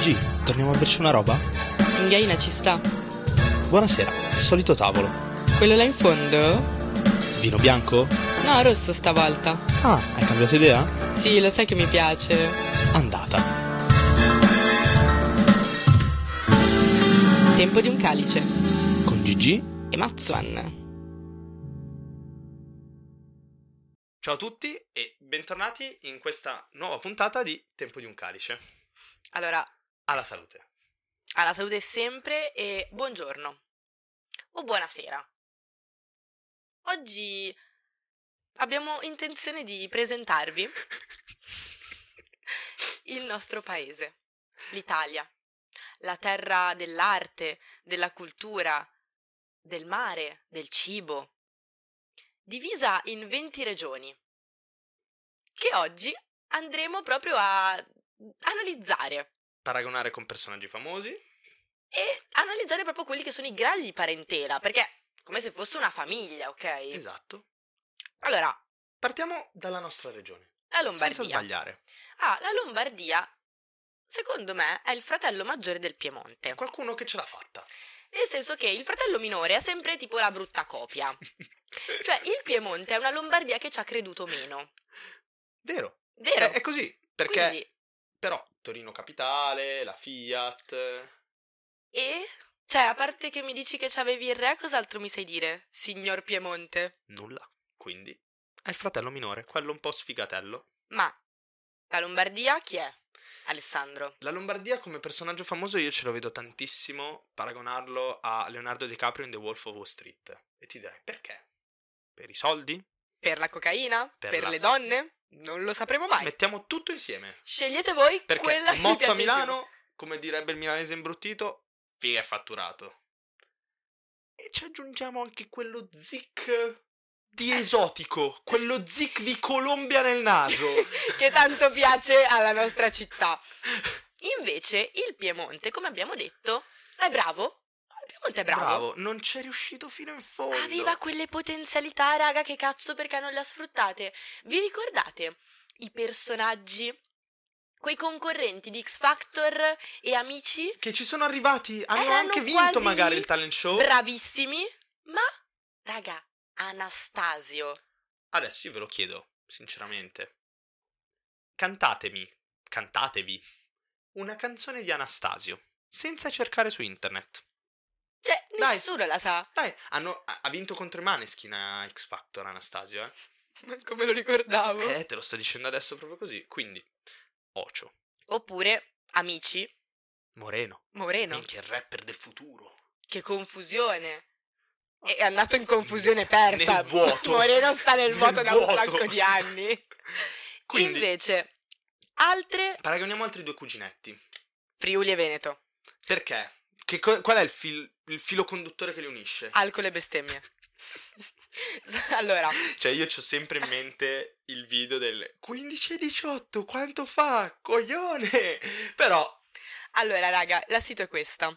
Gigi, torniamo a berci una roba? Inghiaina ci sta. Buonasera, il solito tavolo. Quello là in fondo? Vino bianco? No, rosso stavolta. Ah, hai cambiato idea? Sì, lo sai che mi piace. Andata. Tempo di un calice. Con Gigi? E Mazzuan. Ciao a tutti e bentornati in questa nuova puntata di Tempo di un calice. Allora, Alla salute. alla salute sempre e buongiorno. O buonasera. Oggi abbiamo intenzione di presentarvi il nostro paese, l'Italia, la terra dell'arte, della cultura, del mare, del cibo, divisa in 20 regioni, che oggi andremo proprio a analizzare Paragonare con personaggi famosi? e analizzare proprio quelli che sono i gradi di parentela, perché è come se fosse una famiglia, ok? Esatto. Allora, Partiamo dalla nostra regione. la Senza Lombardia. sbagliare. Ah, la Lombardia, secondo me, è il fratello maggiore del Piemonte. Qualcuno che ce l'ha fatta. Nel senso che il fratello minore è sempre tipo la brutta copia. Cioè, il Piemonte è una Lombardia che ci ha creduto meno. Vero. Vero? Eh, È, è così, perché Quindi, però Torino Capitale, la Fiat... e? Cioè, a parte che mi dici che c'avevi il re, cos'altro mi sai dire, signor Piemonte? Nulla. Quindi è il fratello minore, quello un po' sfigatello. Ma, la Lombardia chi è? Alessandro. La Lombardia come personaggio famoso io ce lo vedo tantissimo paragonarlo a Leonardo DiCaprio in The Wolf of Wall Street. E ti direi perché? Per i soldi? Per la cocaina? Per, Per la- le donne? Non lo sapremo mai. Mettiamo tutto insieme. Scegliete voi Perché quella che vi Motto piace a di più. Milano, come direbbe il milanese imbruttito, figa è fatturato. E ci aggiungiamo anche quello zic di Eh. esotico, quello zic di Colombia nel naso. che tanto piace alla nostra città. Invece il Piemonte, come abbiamo detto, è bravo. Il Piemonte è bravo. Bravo, non c'è riuscito fino in fondo. Aveva quelle potenzialità, raga, che cazzo perché non le ha sfruttate? Vi ricordate i personaggi, quei concorrenti di X Factor e amici che ci sono arrivati, hanno Erano anche vinto quasi magari lì. il talent show. bravissimi? Ma, raga, Anastasio. Adesso io ve lo chiedo, sinceramente. Cantatemi, cantatevi una canzone di Anastasio, senza cercare su internet. Cioè, Dai. nessuno la sa. Dai, hanno- ha ha vinto contro i Maneskin a X Factor Anastasio, eh. Come lo ricordavo. Eh, te lo sto dicendo adesso proprio così. Quindi, Ocio, Oppure amici Moreno, Moreno. minchia il rapper del futuro. Che confusione. È andato in confusione persa. Nel vuoto. Moreno sta nel Nel vuoto da un vuoto. sacco di anni. Quindi, Invece, altre paragoniamo altri due cuginetti. Friuli e Veneto. Perché? Che co- qual è il, fil- il filo conduttore che li unisce? Alcol e bestemmie. allora, Cioè, io ho sempre in mente il video del 15 e 18, quanto fa? Coglione! Però, allora, raga, la sito è questa.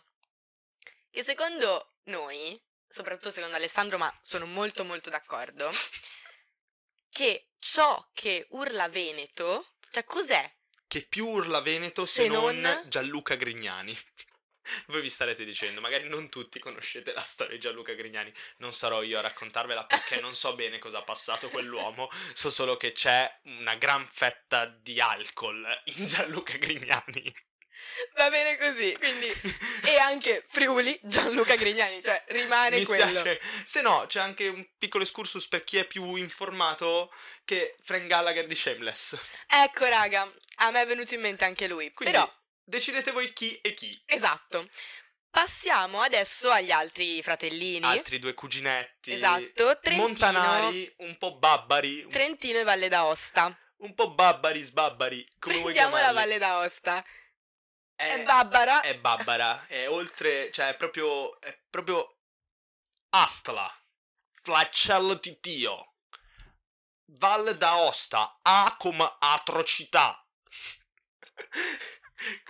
Che secondo noi, soprattutto secondo Alessandro, ma sono molto molto d'accordo, che ciò che urla Veneto, cioè cos'è? che più urla Veneto se, Se non, non- Gianluca Grignani. Voi vi starete dicendo, magari non tutti conoscete la storia di Gianluca Grignani, non sarò io a raccontarvela perché non so bene cosa ha passato quell'uomo, so solo che c'è una gran fetta di alcol in Gianluca Grignani. Va bene così, quindi e anche Friuli Gianluca Grignani, cioè rimane Mi quello. spiace. Se no, c'è anche un piccolo excursus per chi è più informato che Frank Gallagher di Shameless. Ecco raga, a me è venuto in mente anche lui. Quindi Però, decidete voi chi e chi. esatto. Passiamo adesso agli altri fratellini. Altri due cuginetti. esatto, Trentino, Montanari, un po' babbari, un- Trentino e Valle d'Aosta. un po' babbari, sbabbari, come vuoi Prendiamo la chiamarli. Eh, Valle d'Aosta. è, È Barbara. è babbara, è oltre, cioè è proprio, è proprio Atla, flacello di Dio, Val d'Aosta, A come atrocità.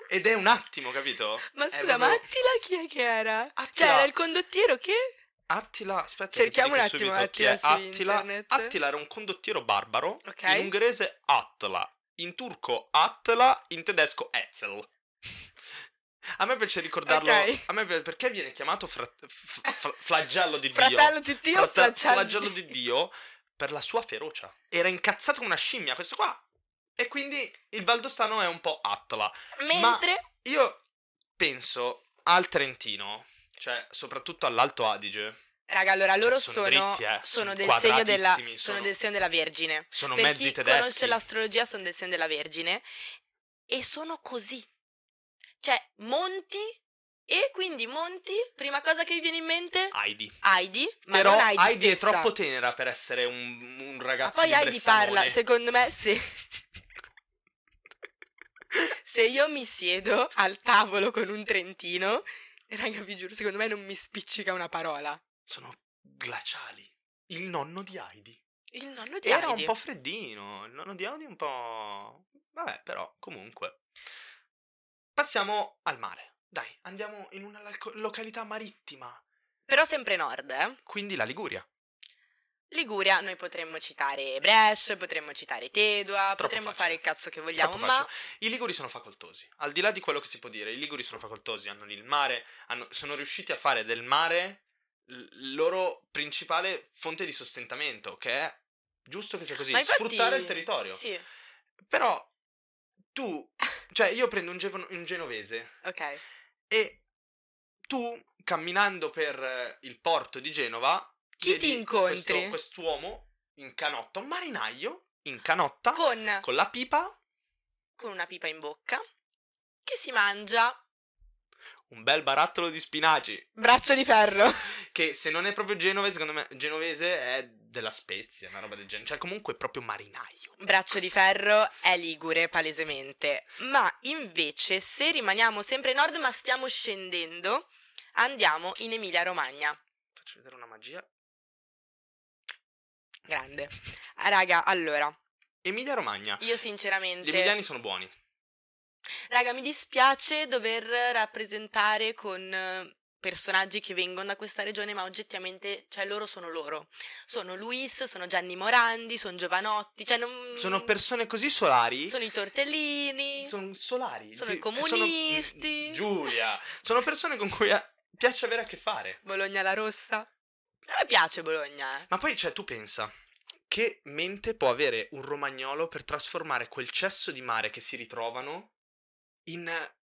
Ed è un attimo, capito? Ma è scusa, ma proprio- Attila chi è che era? Attila. Cioè, era il condottiero che? Attila, aspetta, Cerchiamo che ti un dico attimo subito chi è Attila su internet. Attila era un condottiero barbaro, Ok. in ungherese Atla, in turco Atla, in tedesco Etzel. A me piace ricordarlo. Ok. A me pi- perché viene chiamato fra- f- f- flagello di Dio? Fratello di Dio, Frate- fratello flagello di Dio per la sua ferocia. Era incazzato come una scimmia, questo qua. E quindi il Valdostano è un po' Atla. Mentre Io penso al Trentino, cioè soprattutto all'Alto Adige. Raga, allora loro sono sono, dritti, eh, sono sono del segno della, sono, quadratissimi, sono- del segno della Vergine. Sono per mezzi chi tedeschi. conosce l'astrologia sono del segno della Vergine e sono così. Cioè, monti e quindi monti, prima cosa che vi viene in mente? Heidi. Heidi, ma Ah. Però non Heidi, Heidi è stessa. troppo tenera per essere un, un Ma ragazzo poi di Heidi parla, Bressanone. secondo me se, se io mi siedo al tavolo con un trentino, raga vi giuro, secondo me non mi spiccica una parola. Sono glaciali. Il nonno di Heidi. Il nonno di Era Heidi. un po' freddino. Il nonno di Heidi un po'... Vabbè, però, comunque. Passiamo al mare. Dai, andiamo in una loc- località marittima. Però sempre nord, eh? Quindi la Liguria. Liguria, noi potremmo citare Brescia, potremmo citare Tedua, Troppo potremmo facile. fare il cazzo che vogliamo, Troppo ma I Liguri sono facoltosi. Al di là di quello che si può dire, i Liguri sono facoltosi, hanno lì il mare, hanno- sono riusciti a fare del mare l- il loro principale fonte di sostentamento, che è giusto che sia così, Ma infatti- sfruttare il territorio. sì, Però tu, cioè io prendo un, gevo- un genovese ok. e tu camminando per eh, il porto di Genova, Chi ti vedi incontri? questo- quest'uomo in canotta, un marinaio in canotta Con, con la pipa con una pipa in bocca che si mangia un bel barattolo di spinaci. braccio di ferro. Che se non è proprio genovese, secondo me genovese è della Spezia, una roba del genere. Cioè, comunque è proprio marinaio. Braccio di ferro è ligure palesemente, ma invece se rimaniamo sempre nord ma stiamo scendendo, andiamo in Emilia Romagna. Faccio vedere una magia. Grande. Ah, Raga, allora, Emilia Romagna. io Gli sinceramente emiliani sono buoni. Raga, mi dispiace dover rappresentare con eh, personaggi che vengono da questa regione, ma oggettivamente, cioè, loro sono loro. Sono Luis, sono Gianni Morandi, sono Giovanotti, cioè, non... Sono persone così solari. Sono i tortellini. Sono solari. Sono i Fi- sono- comunisti. Giulia. Sono persone con cui a- piace avere a che fare. Bologna la rossa. A me piace Bologna, eh. Ma poi, cioè, tu pensa. Che mente può avere un romagnolo per trasformare quel cesso di mare che si ritrovano in eh,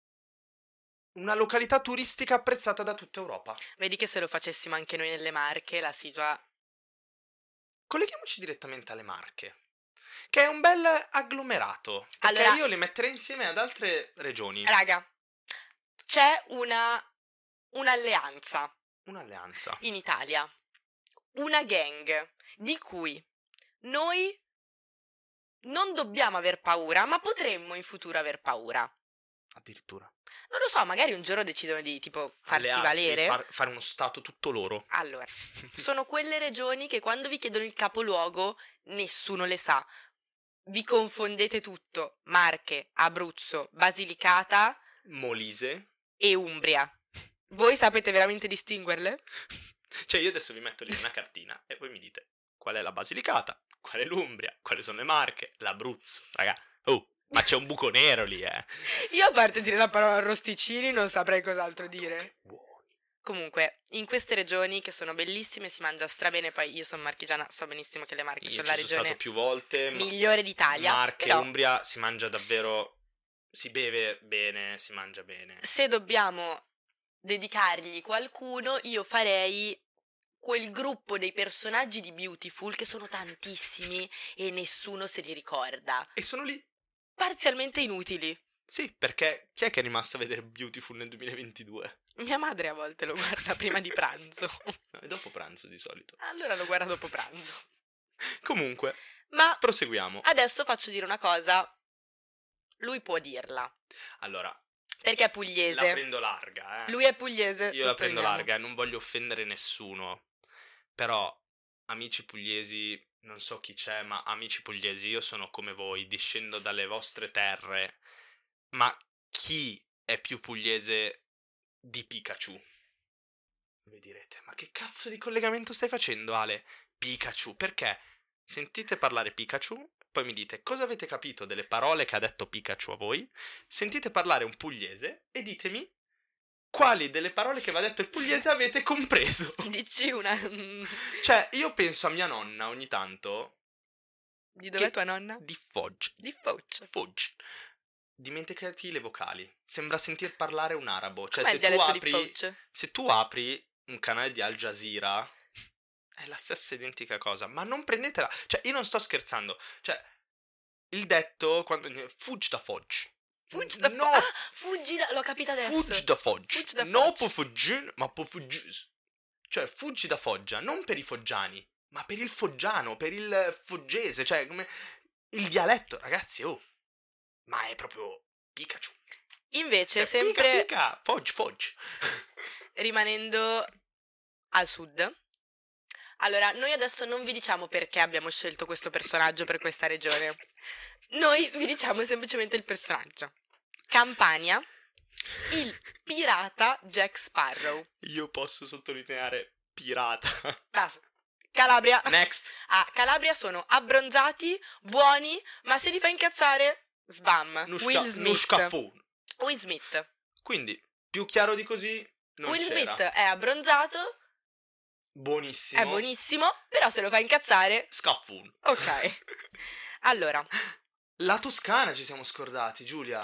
una località turistica apprezzata da tutta Europa? Vedi che se lo facessimo anche noi nelle Marche, la situa... Colleghiamoci direttamente alle Marche, che è un bel agglomerato. Perché Allora- io le metterei insieme ad altre regioni. Raga, c'è una... un'alleanza. Un'alleanza. in Italia una gang di cui noi non dobbiamo aver paura, ma potremmo in futuro aver paura. Non Addirittura. lo so, magari un giorno decidono di tipo farsi Allearsi, valere. far- fare uno stato tutto loro. Allora, sono quelle regioni che quando vi chiedono il capoluogo nessuno le sa. Vi confondete tutto. Marche, Abruzzo, Basilicata Molise. e Umbria. Voi sapete veramente distinguerle? Cioè, io adesso vi metto lì una cartina e voi mi dite qual è la Basilicata, qual è l'Umbria, quali sono le Marche, l'Abruzzo. Raga, oh, ma c'è un buco nero lì, eh. Io a parte dire la parola arrosticini non saprei cos'altro dire. Che buoni. Comunque, in queste regioni che sono bellissime si mangia strabene, poi io sono marchigiana, so benissimo che le Marche Io sono ci la sono stato regione più volte. ma- migliore d'Italia, Marche, però Umbria, si mangia davvero... Si beve bene, si mangia bene. se dobbiamo dedicargli qualcuno, io farei quel gruppo dei personaggi di Beautiful che sono tantissimi e nessuno se li ricorda, E sono lì parzialmente inutili. Sì, perché chi è che è rimasto a vedere Beautiful nel 2022? Mia madre a volte lo guarda prima di pranzo. No, è dopo pranzo di solito. Allora lo guarda dopo pranzo. Comunque, Ma proseguiamo. adesso faccio dire una cosa. Lui può dirla. Allora, Perché è la pugliese. prendo larga, eh. Lui è pugliese. Io la prendo sottolineiamo. larga, eh, non voglio offendere nessuno. Però, amici pugliesi, non so chi c'è, ma amici pugliesi, io sono come voi, discendo dalle vostre terre. Ma chi è più pugliese di Pikachu? Voi direte, ma che cazzo di collegamento stai facendo, Ale? Pikachu, perché sentite parlare Pikachu Poi mi dite cosa avete capito delle parole che ha detto Pikachu a voi. Sentite parlare un pugliese e ditemi quali delle parole che vi ha detto il pugliese avete compreso. Dici una... mm, Cioè, io penso a mia nonna ogni tanto Di dov'è Che- tua nonna? di Foggia. Di Fauci. Foggia. Dimenticati le vocali. Sembra sentir parlare un arabo. Cioè, Com'è se il tu, dialetto apri, di Fauci? se tu apri un canale di Al Jazeera, è la stessa identica cosa. Ma non prendetela. Cioè, io non sto scherzando. Cioè, il detto quando. Fuggi da Foggia. Fuggi da No, Fauci. Ah, fuggi da... L'ho capita adesso. Fuggi da Fuggi Foggia. da No, Foggia. può fuggire, ma può fuggire. Cioè, fuggi da Foggia, non per i foggiani, ma per il foggiano, per il foggese, cioè come il dialetto, ragazzi, oh. Ma è proprio Pikachu. Invece, Cioè, sempre Pica, pica, Foggia, Foggia. rimanendo al sud. Allora, noi adesso non vi diciamo perché abbiamo scelto questo personaggio per questa regione. Noi vi diciamo semplicemente il personaggio. Campania, il pirata Jack Sparrow. Io posso sottolineare pirata. Basta. Calabria. Next. A Calabria sono abbronzati, buoni, ma se li fa incazzare, sbam. Nushka, Will Smith. Nushkafo. Will Smith. Quindi, più chiaro di così non Will c'era. Smith è abbronzato, Buonissimo. è buonissimo, però se lo fa incazzare, Scaffun. ok. Allora, La Toscana ci siamo scordati, Giulia.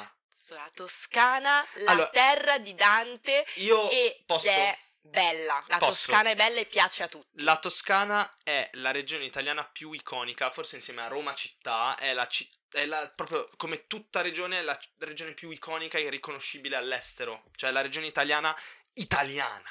la Toscana, la Allora- terra di Dante Io ed posso è bella. La Posso? Toscana è bella e piace a tutti. La Toscana è la regione italiana più iconica, forse insieme a Roma città, è la città. È la- proprio come tutta regione, è la c- regione più iconica e riconoscibile all'estero. Cioè, la regione italiana italiana.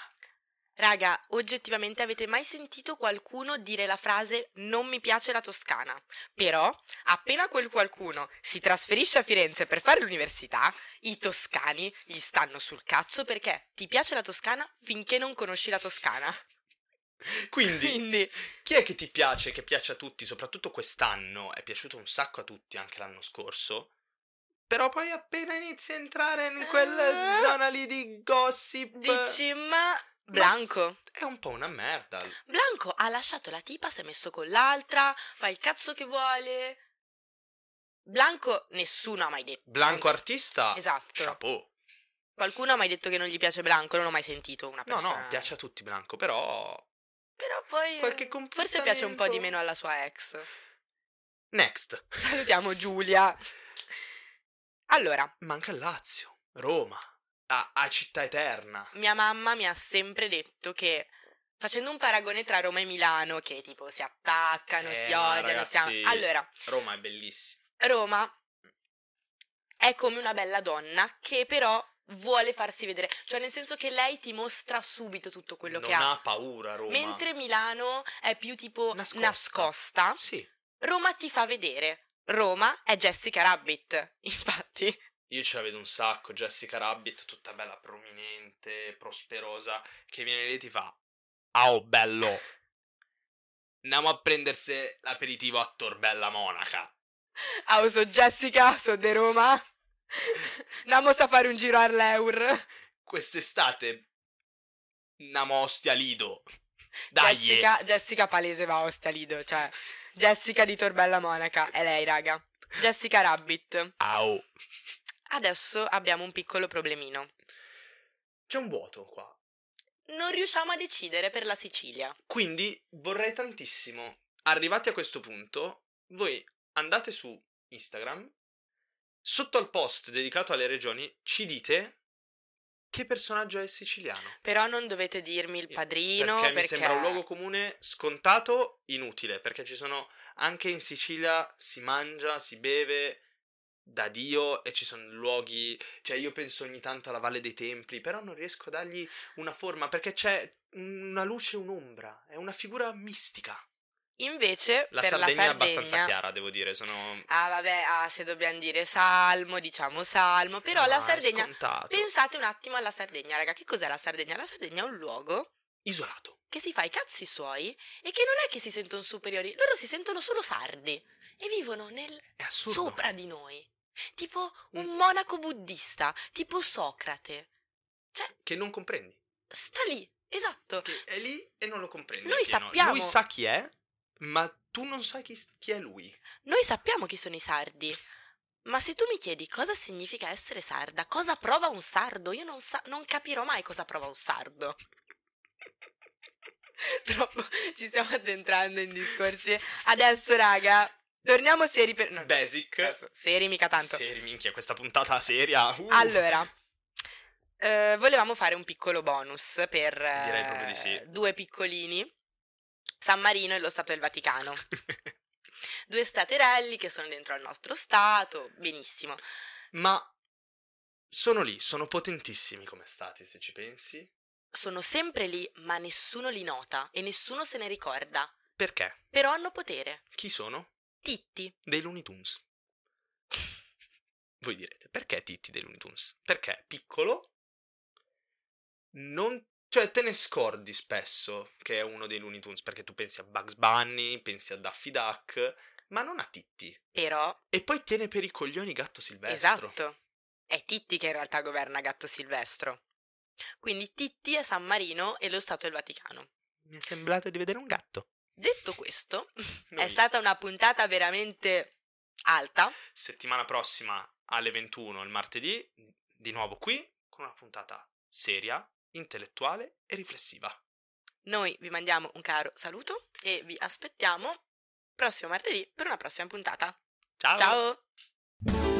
Raga, oggettivamente avete mai sentito qualcuno dire la frase non mi piace la Toscana? Però, appena quel qualcuno si trasferisce a Firenze per fare l'università, i toscani gli stanno sul cazzo perché ti piace la Toscana finché non conosci la Toscana. Quindi, Quindi, chi è che ti piace, che piace a tutti, soprattutto quest'anno? È piaciuto un sacco a tutti anche l'anno scorso. Però poi appena inizi a entrare in quella Ah. zona lì di gossip, dici, ma... Blanco. è un po' una merda. Blanco ha lasciato la tipa, si è messo con l'altra, fa il cazzo che vuole. Blanco nessuno ha mai detto. Blanco artista, Eh, Esatto. chapeau. Qualcuno ha mai detto che non gli piace Blanco, non ho mai sentito una No, persona. no, piace a tutti Blanco, però... Però poi... eh, Qualche Forse piace un po' di comportamento. meno alla sua ex. Next. Salutiamo Giulia. Allora, Manca il Lazio, Roma, a, a Città Eterna. mia mamma mi ha sempre detto che facendo un paragone tra Roma e Milano, che tipo si attaccano, Eh, si ma odiano, si am- ragazzi- Allora, Roma è bellissima. Roma è come una bella donna che però vuole farsi vedere, cioè nel senso che lei ti mostra subito tutto quello non che ha. paura Roma. Mentre Milano è più tipo Nascosta. nascosta. Sì, Roma ti fa vedere. Roma è Jessica Rabbit, infatti. io ce la vedo un sacco, Jessica Rabbit, tutta bella prominente, prosperosa, che viene lì e ti fa... Oh, bello! Andiamo a prendersi l'aperitivo a Torbella Monaca. Ah, so Jessica, so de Roma. Andiamo a fare un giro all'Eur. Quest'estate... Andiamo a Ostia Lido. Dai! Jessica, Jessica Palese va a Ostia Lido, cioè Jessica di Torbella Monaca, è lei, raga. Jessica Rabbit. Au. Adesso abbiamo un piccolo problemino. C'è un vuoto qua. Non riusciamo a decidere per la Sicilia. Quindi vorrei tantissimo, arrivati a questo punto, voi andate su Instagram, sotto al post dedicato alle regioni, ci dite che personaggio è il siciliano. Però non dovete dirmi il padrino perché, perché, mi sembra un luogo comune scontato, inutile, perché ci sono anche in Sicilia si mangia, si beve da Dio e ci sono luoghi, cioè io penso ogni tanto alla Valle dei Templi, però non riesco a dargli una forma perché c'è una luce e un'ombra, è una figura mistica. Invece La per Sardegna, è la Sardegna abbastanza chiara, devo dire, sono Ah vabbè, ah, se dobbiamo dire Salmo, diciamo Salmo, però Ah, la è Sardegna scontato. Pensate un attimo alla Sardegna, raga, che cos'è la Sardegna? La Sardegna è un luogo isolato. che si fa i cazzi suoi e che non è che si sentono superiori, loro si sentono solo sardi e vivono nel È assurdo. sopra di noi. Tipo un monaco buddista, tipo Socrate. Cioè, Che non comprendi. Sta lì, esatto. Che è lì e non lo comprendi. Noi Pieno. sappiamo. Lui sa chi è, ma tu non sai chi, chi è lui. Noi sappiamo chi sono i sardi. Ma se tu mi chiedi cosa significa essere sarda, cosa prova un sardo, io non, sa- non capirò mai cosa prova un sardo. Troppo ci stiamo addentrando in discorsi. Adesso, raga, torniamo seri per... no, Basic. adesso, seri mica Eh, tanto. Seri, minchia, questa puntata seria. uh. Allora, eh, volevamo fare un piccolo bonus per eh, Direi proprio di sì. due piccolini, San Marino e lo Stato del Vaticano. Due staterelli che sono dentro al nostro Stato, benissimo. Ma sono lì, sono potentissimi come stati, se ci pensi. Sono sempre lì, ma nessuno li nota e nessuno se ne ricorda. Perché? Però hanno potere. Chi sono? Titti, Dei Looney Tunes. Voi direte, perché Titti dei Looney Tunes? Perché piccolo, non... Cioè, te ne scordi spesso che è uno dei Looney Tunes, perché tu pensi a Bugs Bunny, pensi a Daffy Duck, ma non a Titti. però, E poi tiene per i coglioni Gatto Silvestro. esatto. È Titti che in realtà governa Gatto Silvestro. Quindi Titti è San Marino e lo Stato del Vaticano. Mi è sembrato di vedere un gatto. Detto questo, è Noi, stata una puntata veramente alta. settimana prossima alle 21, il martedì, di nuovo qui, con una puntata seria, intellettuale e riflessiva. Noi vi mandiamo un caro saluto e vi aspettiamo prossimo martedì per una prossima puntata. Ciao!